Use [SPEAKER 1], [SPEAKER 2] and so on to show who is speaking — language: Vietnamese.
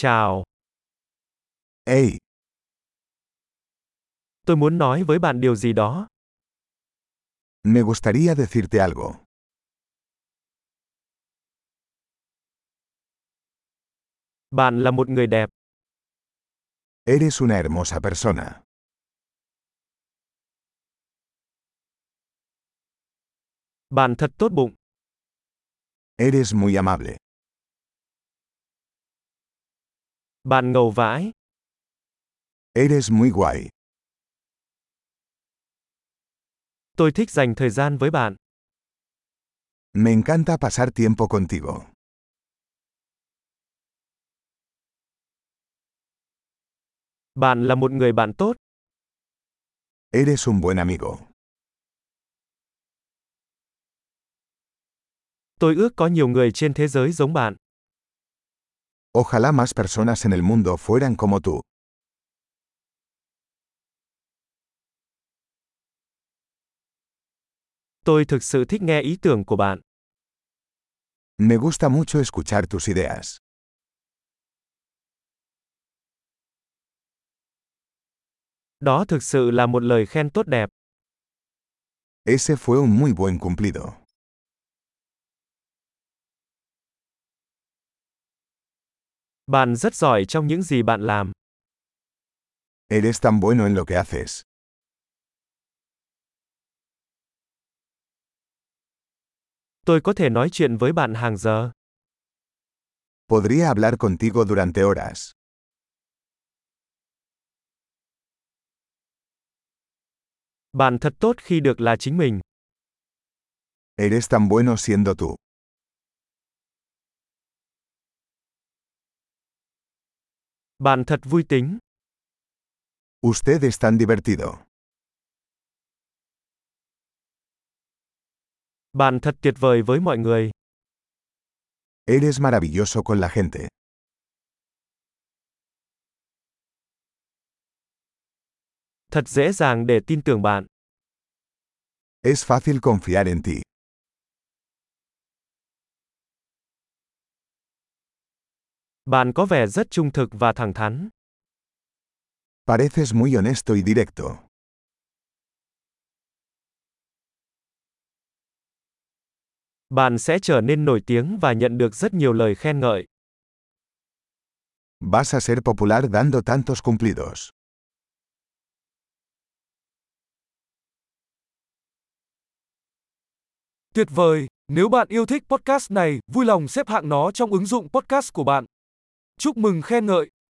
[SPEAKER 1] Chào,
[SPEAKER 2] Hey,
[SPEAKER 1] tôi muốn nói với bạn điều gì đó.
[SPEAKER 2] me gustaría decirte algo.
[SPEAKER 1] Bạn là một người đẹp,
[SPEAKER 2] Eres una hermosa persona.
[SPEAKER 1] bạn thật tốt bụng,
[SPEAKER 2] Eres muy amable.
[SPEAKER 1] bạn ngầu vãi,
[SPEAKER 2] Eres muy guay.
[SPEAKER 1] tôi thích dành thời gian với bạn,
[SPEAKER 2] Me encanta pasar tiempo contigo.
[SPEAKER 1] bạn là một người bạn tốt,
[SPEAKER 2] Eres un buen amigo.
[SPEAKER 1] tôi ước có nhiều người trên thế giới giống bạn,
[SPEAKER 2] Ojalá más personas en el mundo fueran como tú.
[SPEAKER 1] tôi thực sự thích nghe ý tưởng của bạn,
[SPEAKER 2] Me gusta mucho escuchar tus ideas.
[SPEAKER 1] đó thực sự là một lời khen tốt đẹp,
[SPEAKER 2] Ese fue un muy buen cumplido.
[SPEAKER 1] bạn rất giỏi trong những gì bạn làm,
[SPEAKER 2] Eres tan bueno en lo que haces.
[SPEAKER 1] tôi có thể nói chuyện với bạn hàng giờ,
[SPEAKER 2] Podría hablar contigo durante horas.
[SPEAKER 1] bạn thật tốt khi được là chính mình,
[SPEAKER 2] Eres tan bueno siendo tú.
[SPEAKER 1] bạn thật vui tính,
[SPEAKER 2] Usted es tan divertido.
[SPEAKER 1] bạn thật tuyệt vời với mọi người,
[SPEAKER 2] Eres maravilloso con la gente.
[SPEAKER 1] thật dễ dàng để tin tưởng bạn.
[SPEAKER 2] Es fácil confiar en ti.
[SPEAKER 1] Bạn có vẻ rất trung thực và thẳng thắn.
[SPEAKER 2] Pareces muy honesto y directo.
[SPEAKER 1] Bạn sẽ trở nên nổi tiếng và nhận được rất nhiều lời khen ngợi.
[SPEAKER 2] Vas a ser popular dando tantos cumplidos.
[SPEAKER 3] Tuyệt vời! Nếu bạn yêu thích podcast này, vui lòng xếp hạng nó trong ứng dụng podcast của bạn. Chúc mừng khen ngợi!